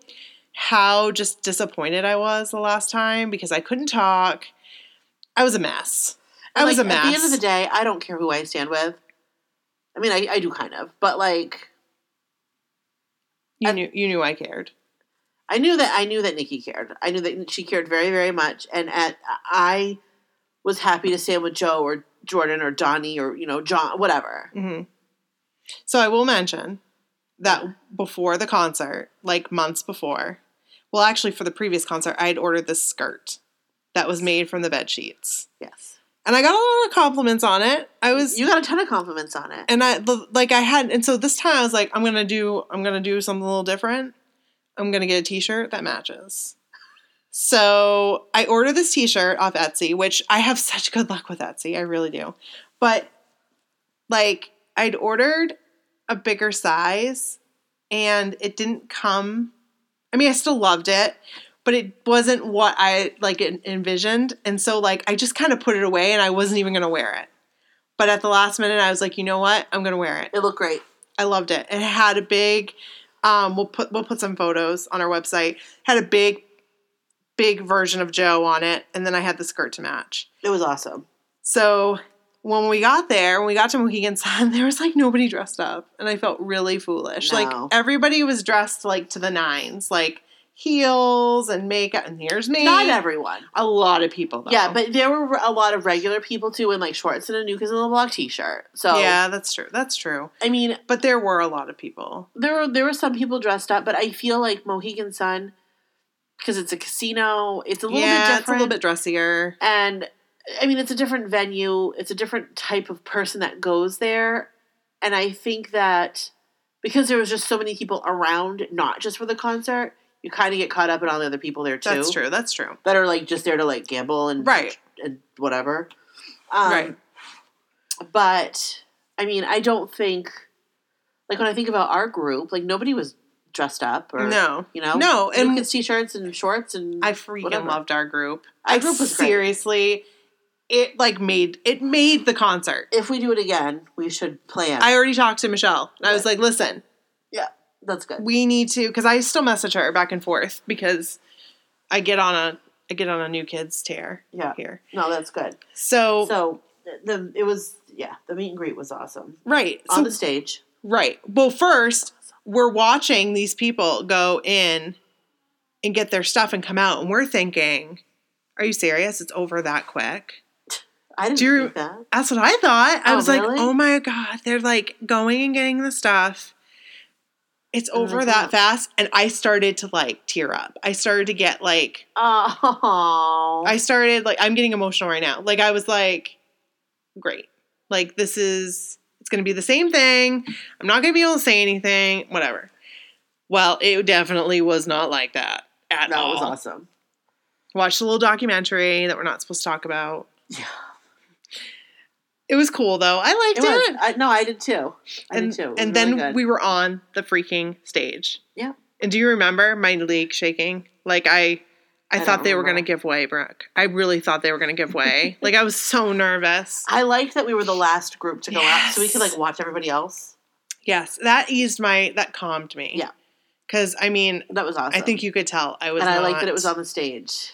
how just disappointed I was the last time because I couldn't talk. I was a mess. I And, was like, a mess. At the end of the day, I don't care who I stand with. I mean, I, I do kind of, but like you knew you knew I cared. I knew that I knew that Nikki cared. I knew that she cared very, very much, and at I was happy to stand with Joe or Jordan or Donnie or you know John, whatever. hmm So I will mention that before the concert, like months before, well, actually for the previous concert, I had ordered this skirt that was made from the bed sheets, Yes, and I got a lot of compliments on it. I was, you got a ton of compliments on it. and I the- like I had, and so this time I was like, I'm gonna do, I'm gonna do something a little different. I'm gonna get a T-shirt that matches. So I ordered this T-shirt off Etsy, which I have such good luck with Etsy, I really do. But like I'd ordered a bigger size and it didn't come. I mean, I still loved it, but it wasn't what I like en- envisioned. And so like I just kind of put it away and I wasn't even going to wear it. But at the last minute I was like, "You know what? I'm going to wear it." It looked great. I loved it. It had a big um we'll put we'll put some photos on our website. Had a big big version of Joe on it and then I had the skirt to match. It was awesome. So when we got there, when we got to Mohegan Sun, there was like nobody dressed up, and I felt really foolish. No. Like everybody was dressed like to the nines, like heels and makeup. And here's me. Not everyone. A lot of people, though. Yeah, but there were a lot of regular people too in like shorts and a Nukas and a block t shirt. So yeah, that's true. That's true. I mean, But there were a lot of people. there were there were some people dressed up, but I feel like Mohegan Sun because it's a casino, it's a little yeah, bit different. it's a little bit dressier. and I mean, it's a different venue, it's a different type of person that goes there. And I think that because there was just so many people around, not just for the concert, you kind of get caught up in all the other people there too. That's true. That's true. That are like just there to like gamble and Right. and whatever. Um, Right. But I mean, I don't think like when I think about our group, like nobody was dressed up or No. you know No, and- Lucas t-shirts and shorts and I freaking Whatever. loved our group. Our I group was great. seriously, it like made it made the concert. if we do it again, we should plan. I already talked to Michelle, and I was Good. like, "Listen, That's good. we need to," because I still message her back and forth because I get on a I get on a new kids tear Yeah. here. No, that's good. So, So the it was yeah the meet and greet was awesome right, on so, the stage. right. Well, first we're watching these people go in and get their stuff and come out, and we're thinking, "Are you serious? It's over that quick." I didn't Do you- think that. That's what I thought. I Oh, was like, really? oh my God, they're like going and getting the stuff. It's Oh my over that God. fast. And I started to like tear up. I started to get like, Oh, I started like, I'm getting emotional right now. Like, I was like, great. Like, this is, it's going to be the same thing. I'm not going to be able to say anything, whatever. Well, it definitely was not like that at that all. was awesome. Watched a little documentary that we're not supposed to talk about. Yeah. It was cool though. I liked It it. was. I, no, I did too. I and, did too. It was and really then good. we were on the freaking stage. Yeah. And do you remember my leg shaking? Like I, I, I thought don't they were gonna remember. give way, Brooke. I really thought they were gonna give way. like I was so nervous. I liked that we were the last group to go up, so we could Yes. like watch everybody else. Yes, that eased my. That calmed me. Yeah. Because I mean, That was awesome. I think you could tell I was. and I liked not- that it was on the stage.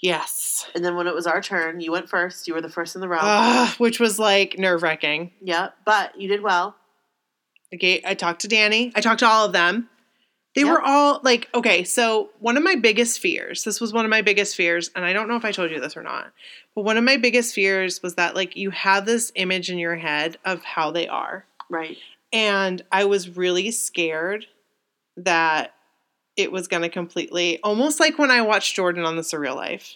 Yes. And then when it was our turn, you went first. You were the first in the row. Ugh, which was like nerve wracking. yeah, but you did well. Okay, I talked to Danny. I talked to all of them. They Yep. were all like, okay, so one of my biggest fears, this was one of my biggest fears, and I don't know if I told you this or not, but one of my biggest fears was that like you have this image in your head of how they are. Right. And I was really scared that it was going to completely, almost like when I watched Jordan on The Surreal Life.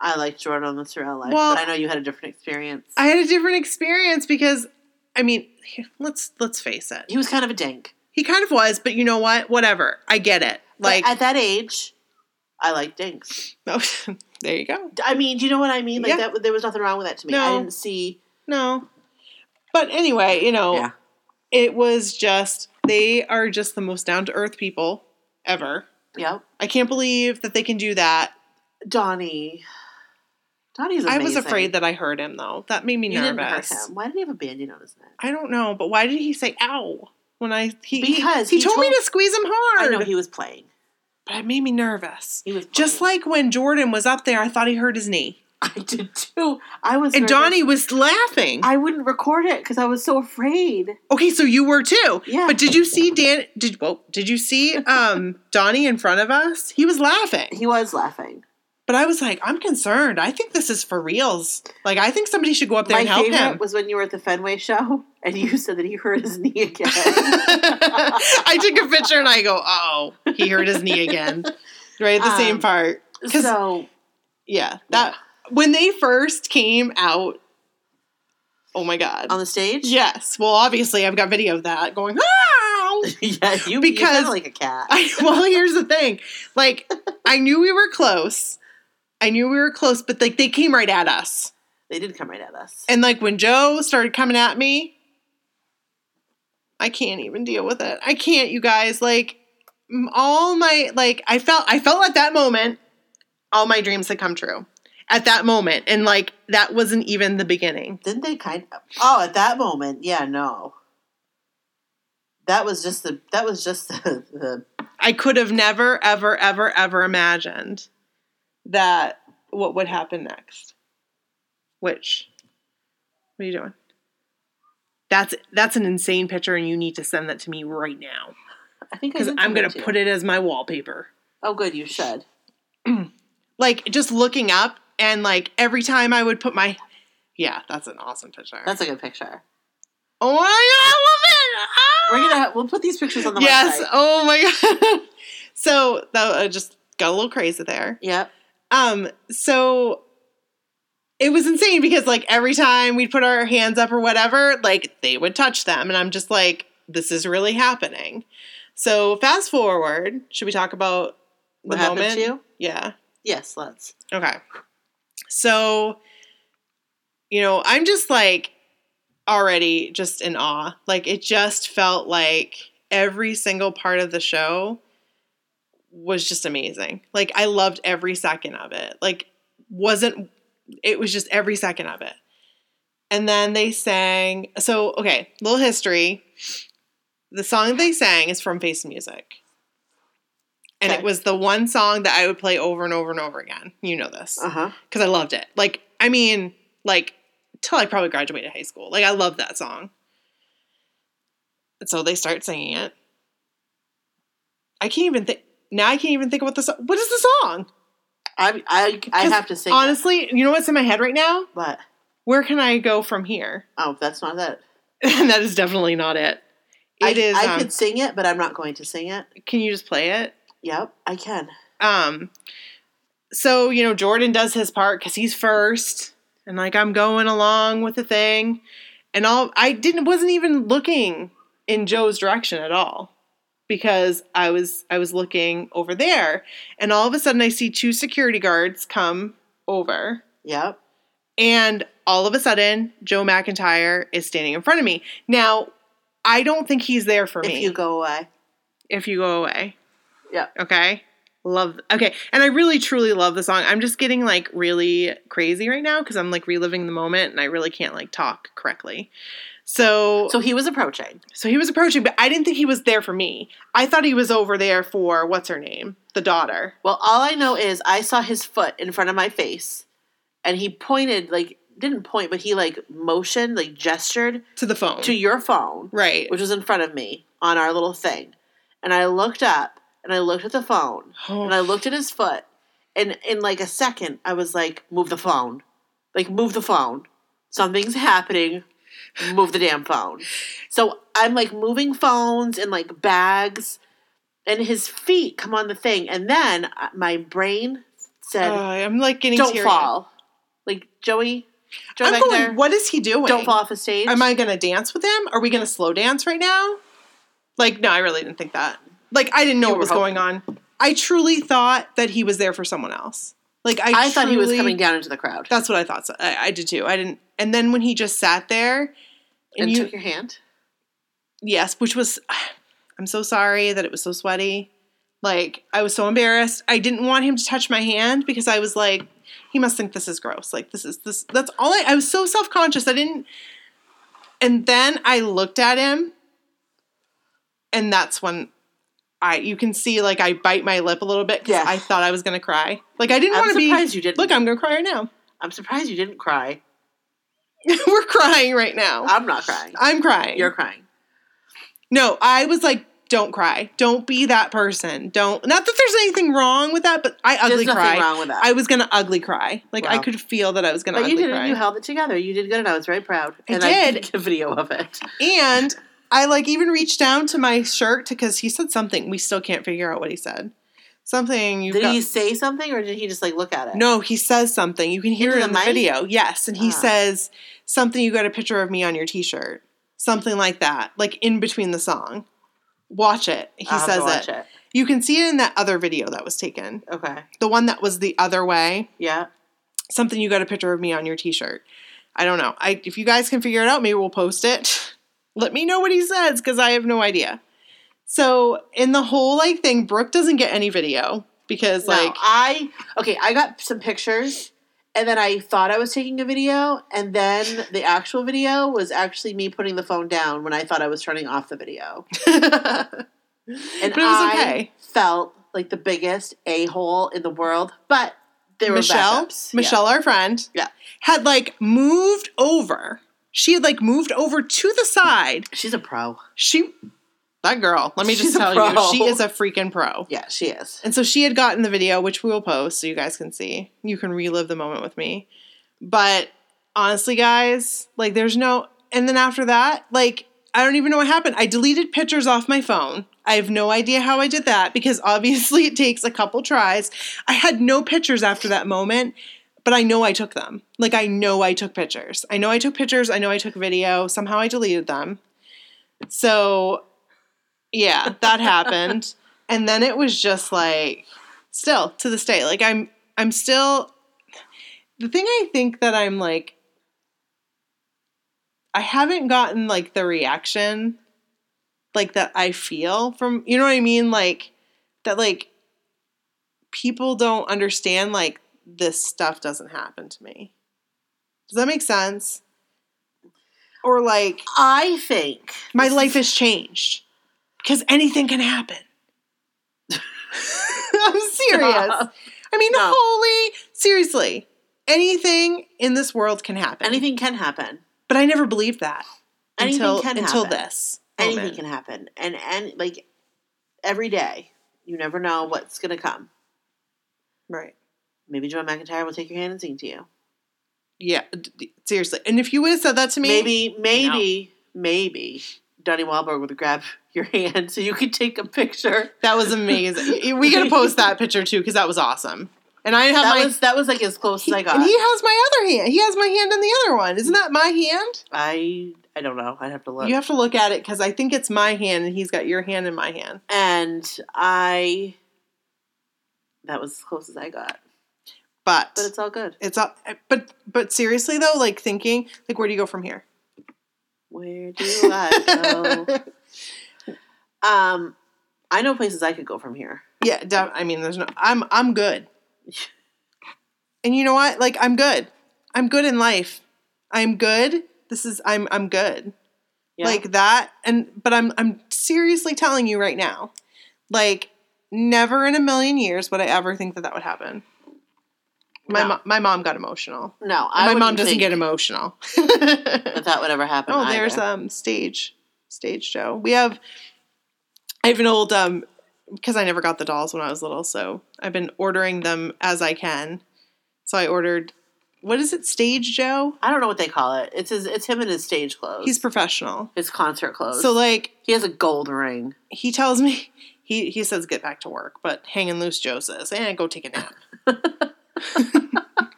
I liked Jordan on the Surreal Life, Well- but I know you had a different experience. I had a different experience because, I mean, let's let's face it, he was kind of a dink. he kind of was, but you know what? Whatever, I get it. Like Like at that age, I like dinks. Oh, there you go. I mean, do you know what I mean? Like Yeah. that, there was nothing wrong with that to me. I No. didn't see. No. But anyway, you know, Yeah. it was just, they are just the most down to earth people ever. Yep. I can't believe that they can do that. Donnie. Donnie's amazing. I was afraid that I hurt him, though. That made me you didn't hurt nervous. him. Why did he have a bandage on his neck? I don't know, but why did he say ow when I, he, he- Because he, he told, me told- to squeeze him hard. I know he was playing. but it made me nervous. He was Just playing. like when Jordan was up there, I thought he hurt his knee. I did too. I was And nervous. Donnie was laughing. I wouldn't record it because I was so afraid. Okay, so you were too. Yeah. But did you see Dan? Did whoa, Did you see um Donnie in front of us? He was laughing. He was laughing. But I was like, I'm concerned. I think this is for reals. Like, I think somebody should go up there My and help favorite him. was when you were at the Fenway show and you said that he hurt his knee again. I took a picture and I go, oh, he hurt his knee again. Right at the same Um, part. 'Cause- so Yeah. That when they first came out. Oh my god. on the stage, yes. Well, obviously, I've got video of that going. Ah! yeah, you because you Because- sounded like a cat. I, well, here's the thing. Like, I knew we were close. I knew we were close, but like they came right at us. they did come right at us. And like when Joe started coming at me, I can't even deal with it. I can't, you guys. Like m- all my like I felt I felt at that moment all my dreams had come true. At that moment. And like that wasn't even the beginning. Didn't they kind of? Oh, at that moment, yeah, no. That was just the. That was just the. the I could have never, ever, ever, ever imagined that what would happen next. Which, what are you doing? That's that's an insane picture, and you need to send that to me right now. I think I because did I'm send gonna to you. put it as my wallpaper. Oh, good, you should. Like just looking up and like every time I would put my yeah, that's an awesome picture. That's a good picture. oh my god, I We're love it! Ah! gonna have, we'll put these pictures on the yes, website. oh my god. so that I just got a little crazy there. Yep. Um, so it was insane because like every time we'd put our hands up or whatever, like they would touch them, and I'm just like, this is really happening. So fast forward, should we talk about the What happened moment? to you? Yeah. Yes, let's. Okay. So, you know, I'm just like already just in awe. Like it just felt like every single part of the show was just amazing. Like I loved every second of it. Like wasn't it was just every second of it. And then they sang so okay, little history. The song they sang is from Face Music. And Okay. it was the one song that I would play over and over and over again. You know this Uh huh. because I loved it. Like, I mean, like, till I probably graduated high school. Like, I loved that song. And so they start singing it. I can't even think. Now I can't even think about the song. What is the song? I I I 'Cause have to sing. it, Honestly, you know what's in my head right now? but Where can I go from here? oh, that's not it. And that is definitely not it. It I, is. I um, could sing it, but I'm not going to sing it. Can you just play it? Yep, I can. Um, so you know, Jordan does his part because he's first, and like I'm going along with the thing, and all I didn't wasn't even looking in Joe's direction at all because I was I was looking over there, and all of a sudden I see two security guards come over, Yep. and all of a sudden Joe McIntyre is standing in front of me. Now I don't think he's there for if me you go away. if you go away. Yeah. Okay. Love. Okay. And I really truly love the song. I'm just getting like really crazy right now because I'm like reliving the moment and I really can't like talk correctly. So, so So he was approaching. he was approaching, but I didn't think he was there for me. I thought he was over there for what's her name, the daughter. Well, all I know is I saw his foot in front of my face, and he pointed like didn't point, but he like motioned, like gestured To the phone. to your phone, right. which was in front of me on our little thing, and I looked up and I looked at the phone Oh, and I looked at his foot, and in like a second I was like, move the phone, like move the phone, something's happening, move the damn phone. So I'm like moving phones and like bags, and his feet come on the thing, and then uh, my brain said, uh, I'm like getting "Don't teary-eyed. fall," like Joey, Joey I'm back going. there, What is he doing? don't fall off the stage. Am I gonna dance with him? Are we gonna slow dance right now? Like, no, I really didn't think that. Like, I didn't know You what were was going on. I truly thought that he was there for someone else. Like, I, I thought he was truly- coming down into the crowd That's what I thought. So I, I did too. I didn't. And then when he just sat there, and, and you, took your hand. yes, which was, I'm so sorry that it was so sweaty. Like, I was so embarrassed. I didn't want him to touch my hand because I was like, he must think this is gross. Like, this is this. That's all I. I was so self conscious. I didn't. And then I looked at him, and that's when I. You can see like I bite my lip a little bit because Yeah. I thought I was gonna cry. Like I didn't I'm want to be. surprised you didn't. Look, I'm gonna cry right now. I'm surprised you didn't cry. We're crying right now. I'm not crying. I'm crying. Uh, You're crying. No, I was like, don't cry. Don't be that person. Don't. Not that there's anything wrong with that, but I ugly There's nothing cry. wrong with that. I was gonna ugly cry. Like I Wow. could feel that I was gonna But ugly you did cry. it. You held it together. You did good, and I was very proud. I and I did. did a video of it. and I like even reached down to my shirt because he said something. We still can't figure out what he said. Something you did got. he say something, or did he just like look at it? no, he says something. You can hear Into it the in the mic? video. Yes, and he Ah. says something. You got a picture of me on your T-shirt. Something like that. Like in between the song. Watch it. He I'll have to says watch it. You can see it in that other video that was taken. Okay. The one that was the other way. Yeah. Something you got a picture of me on your t-shirt. I don't know. I if you guys can figure it out, maybe we'll post it. Let me know what he says cuz I have no idea. So, in the whole like thing, Brooke doesn't get any video because No, like I okay. I got some pictures, and then I thought I was taking a video, and then the actual video was actually me putting the phone down when I thought I was turning off the video, and But it was I okay. felt like the biggest a hole in the world. But there were Michelle, backups. Yeah. Michelle our friend, Yeah. had like moved over. She had like moved over to the side. she's a pro. She That girl, let me She's just tell a pro. you, she is a freaking pro. Yeah, she is. And so she had gotten the video, which we will post so you guys can see. You can relive the moment with me. But honestly, guys, like there's no. And then after that, like I don't even know what happened. I deleted pictures off my phone. I have no idea how I did that because obviously it takes a couple tries. I had no pictures after that moment, but I know I took them. Like I know I took pictures. I know I took pictures. I know I took video. Somehow I deleted them. So yeah, that happened. And then it was just like still to this day like I'm I'm still the thing I think that I'm like I haven't gotten like the reaction like that I feel from you know what I mean like that like people don't understand like this stuff doesn't happen to me. Does that make sense? Or like I think my life has changed because anything can happen. I'm serious. I mean, No. holy, seriously, anything in this world can happen. anything can happen. but I never believed that Anything until can until happen. this. Anything moment. can happen, and and like every day, you never know what's gonna come. right? Maybe Joe McIntyre will take your hand and sing to you. Yeah, d- d- seriously. And if you would have said that to me, maybe, maybe, maybe Donnie Wahlberg would grab your hand so you could take a picture. that was amazing. we gotta post that picture too because that was awesome. And I have that my was oh that was like as close he- as I got. and he has my other hand. He has my hand in the other one. Isn't that my hand? I I don't know. I'd have to look. You have to look at it because I think it's my hand and he's got your hand in my hand. and I that was as close as I got. But But it's all good. it's up. eh, But but seriously though, like thinking, like where do you go from here? Where do I go? um, I know places I could go from here. yeah, def- I mean, there's no. I'm I'm good. And you know what? Like I'm good. I'm good in life. I'm good. This is I'm I'm good. Yeah. Like that. And but I'm I'm seriously telling you right now, like never in a million years would I ever think that that would happen. My No. mo- my mom got emotional. no, I My mom wouldn't doesn't think get emotional. that that would ever happen. Oh, there's either. um stage stage show. We have I have an old um because I never got the dolls when I was little, so I've been ordering them as I can. So I ordered what is it? Stage Joe? I don't know what they call it. It's his, it's him in his stage clothes. He's professional. his concert clothes. So like he has a gold ring. he tells me he he says get back to work, but hanging loose Joe says, and go take a nap.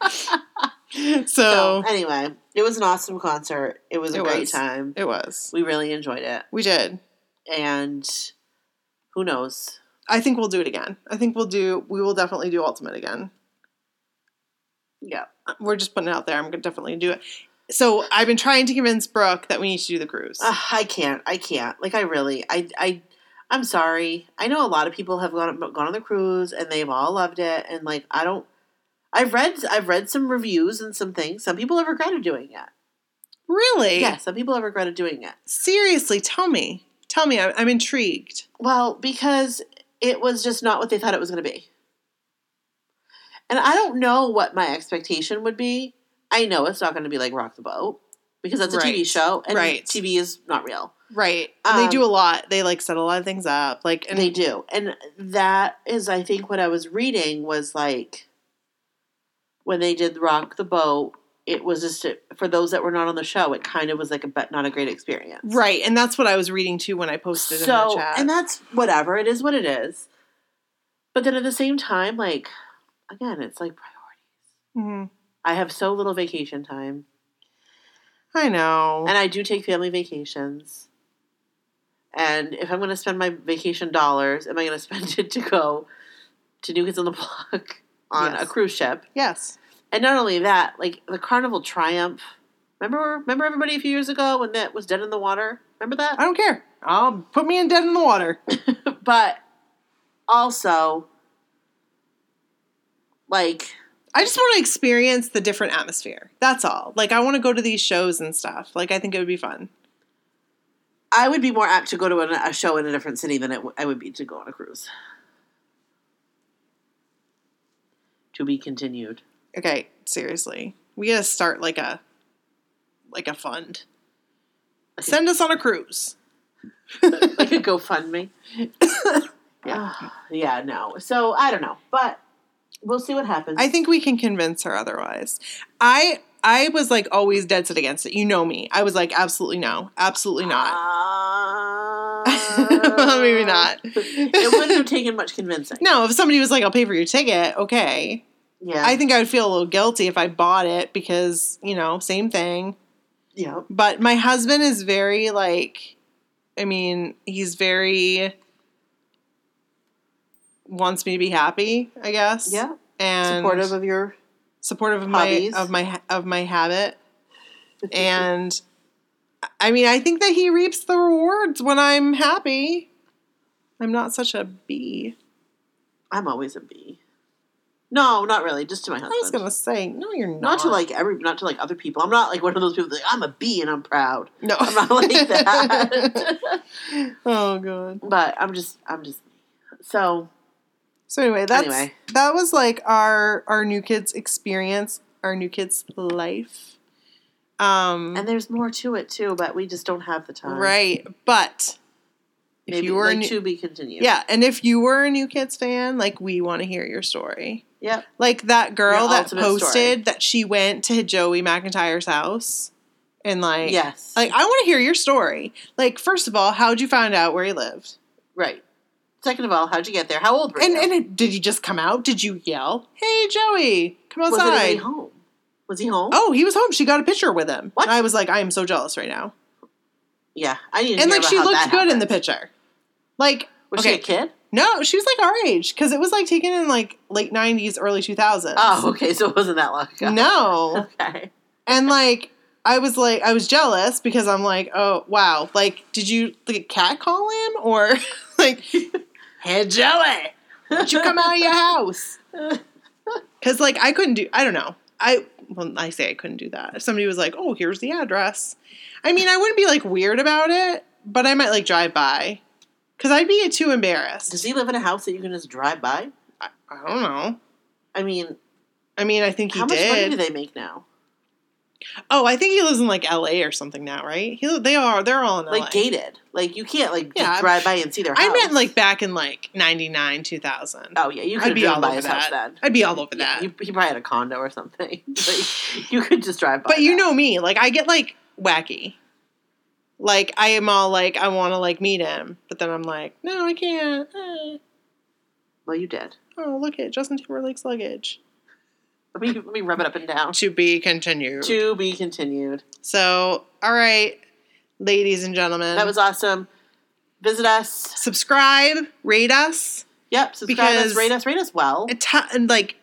so So, anyway, it was an awesome concert. It was a Oh. It great was. time. it was. We really enjoyed it. We did. And who knows? I think we'll do it again. I think we'll do we will definitely do ultimate again. Uh, Yeah. we're just putting it out there. I'm gonna definitely do it. So I've been trying to convince Brooke that we need to do the cruise. Ugh, I can't. I can't. Like I really I I I'm sorry. I know a lot of people have gone gone on the cruise and they've all loved it and like I don't I've read I've read some reviews and some things. Some people have regretted doing it. really? Yeah, some people have regretted doing it. Seriously, tell me. Tell me. I'm, I'm intrigued. Well, because it was just not what they thought it was going to be. And I don't know what my expectation would be. I know it's not going to be like Rock the Boat because that's a TV Right. show and Right. TV is not real. Right. And they Um, do a lot. They like set a lot of things up. Like and they do. And that is I think what I was reading was like when they did Rock the Boat, it was just for those that were not on the show, it kind of was like a but not a great experience. right. And that's what I was reading too when I posted in the chat. and that's whatever it is what it is but then at the same time like again it's like priority Mhm. i have so little vacation time I know. and i do take family vacations and if i'm going to spend my vacation dollars am i going to spend it to go to new kids on the block on a Yes. cruise ship yes. and not only that like the carnival triumph remember remember everybody a few years ago when that was dead in the water remember that I don't care. I'll put me in dead in the water. but also like I just want to experience the different atmosphere. That's all. Like I want to go to these shows and stuff. Like I think it would be fun. I would be more apt to go to an, a show in a different city than it w- I would be to go on a cruise. To be continued. Okay, seriously. We gotta start like a like a fund. Send us on a cruise. like a GoFundMe. yeah. yeah, no. So I don't know, but we'll see what happens. I think we can convince her otherwise. I I was like always dead set against it. You know me. I was like absolutely no, absolutely not. Ah. Uh, Maybe not. it wouldn't have taken much convincing. No, if somebody was like, "I'll pay for your ticket," okay. Yeah. I think I would feel a little guilty if I bought it because you know, same thing. yeah. But my husband is very like, I mean, he's very wants me to be happy. I guess. Yeah. And Supportive of your supportive of Hobbies. my of my ha- of my habit and i mean i think that he reaps the rewards when i'm happy i'm not such a bee I'm always a B. No, not really. Just to my i husband. was gonna say no you're not not, to like every, not to like other people. I'm not like one of those people that like, I'm a B and I'm proud. no I'm not like that. oh god but I'm just, I'm just. So so anyway that's Anyway. that was like our our new kids experience our new kids life um and there's more to it too, but we just don't have the time. right but if Maybe you were a like, new, to be continued. yeah and if you were a new kids fan like we want to hear your story Yep. Like that girl Your that ultimate posted story. that she went to Joey McIntyre's house and like yes. like I want to hear your story. Like first of all, how'd you find out where he lived? right. Second of all, how'd you get there? How old were And you? and it, did you just come out? Did you yell, "Hey Joey, come was outside"? anybody home? Was he home? Oh, he was home. She got a picture with him. What? And I was like, I am so jealous right now. Yeah, I didn't. And hear like about she how looked that good in the happened. picture. Like Was she okay, a kid? no, she was like our age because it was like taken in like late '90s, early 2000s. Oh, okay. So it wasn't that long ago. no, Okay. And like I was like I was jealous because I'm like, oh wow, like did you like cat call him or like hey Joey, why'd you come out of your house? Cause like I couldn't do I don't know. I well I say I couldn't do that. If somebody was like, Oh, here's the address. I mean I wouldn't be like weird about it, but I might like drive by. Cause I'd be too Does embarrassed. he live in a house that you can just drive by? I, I don't know. I mean, I mean I think he how much did. money do they make now? oh, I think he lives in like LA or something now, right? He, they are they're all in LA. Like gated. Like you can't like just Yeah. drive by and see their house. I meant like back in like '99, 2000. Oh yeah, you I'd could be drive all by over his house that. then. I'd be all over Yeah, that. he, he probably had a condo or something. like, you could just drive by. but you that. know me, like I get like wacky. Like I am all like I want to like meet him, but then I'm like, no, I can't. Eh. well, you did. Oh, look at Justin Timberlake's luggage. Let me let me rub it up and down. To be continued. To be continued. So, all right, ladies and gentlemen, That was awesome. Visit us. subscribe, rate us, Yep. Subscribe Because- us. Rate us. Rate us well. and, t- and like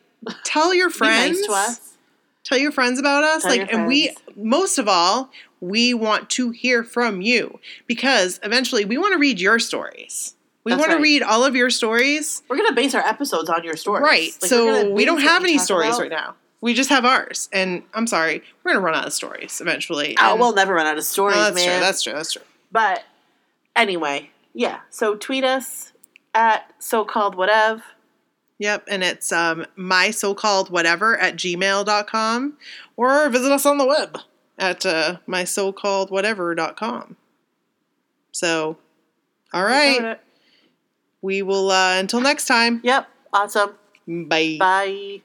tell your Be friends. nice to us. tell your friends about us Tell like your and we most of all we want to hear from you because eventually we want to read your stories we That's want to right. read all of your stories We're gonna base our episodes on your stories. right Like, we're so gonna we base don't what have we any talk stories about. right now we just have ours and i'm sorry we're gonna run out of stories eventually Oh, And- we'll never run out of stories, no, that's man. true that's true that's true But anyway, yeah. So tweet us at so called whatever. yep and it's um my so-called whatever at gmail.com or visit us on the web at uh, my so-called whatever.com so all right We will, uh, until next time. Yep. Awesome. Bye. Bye.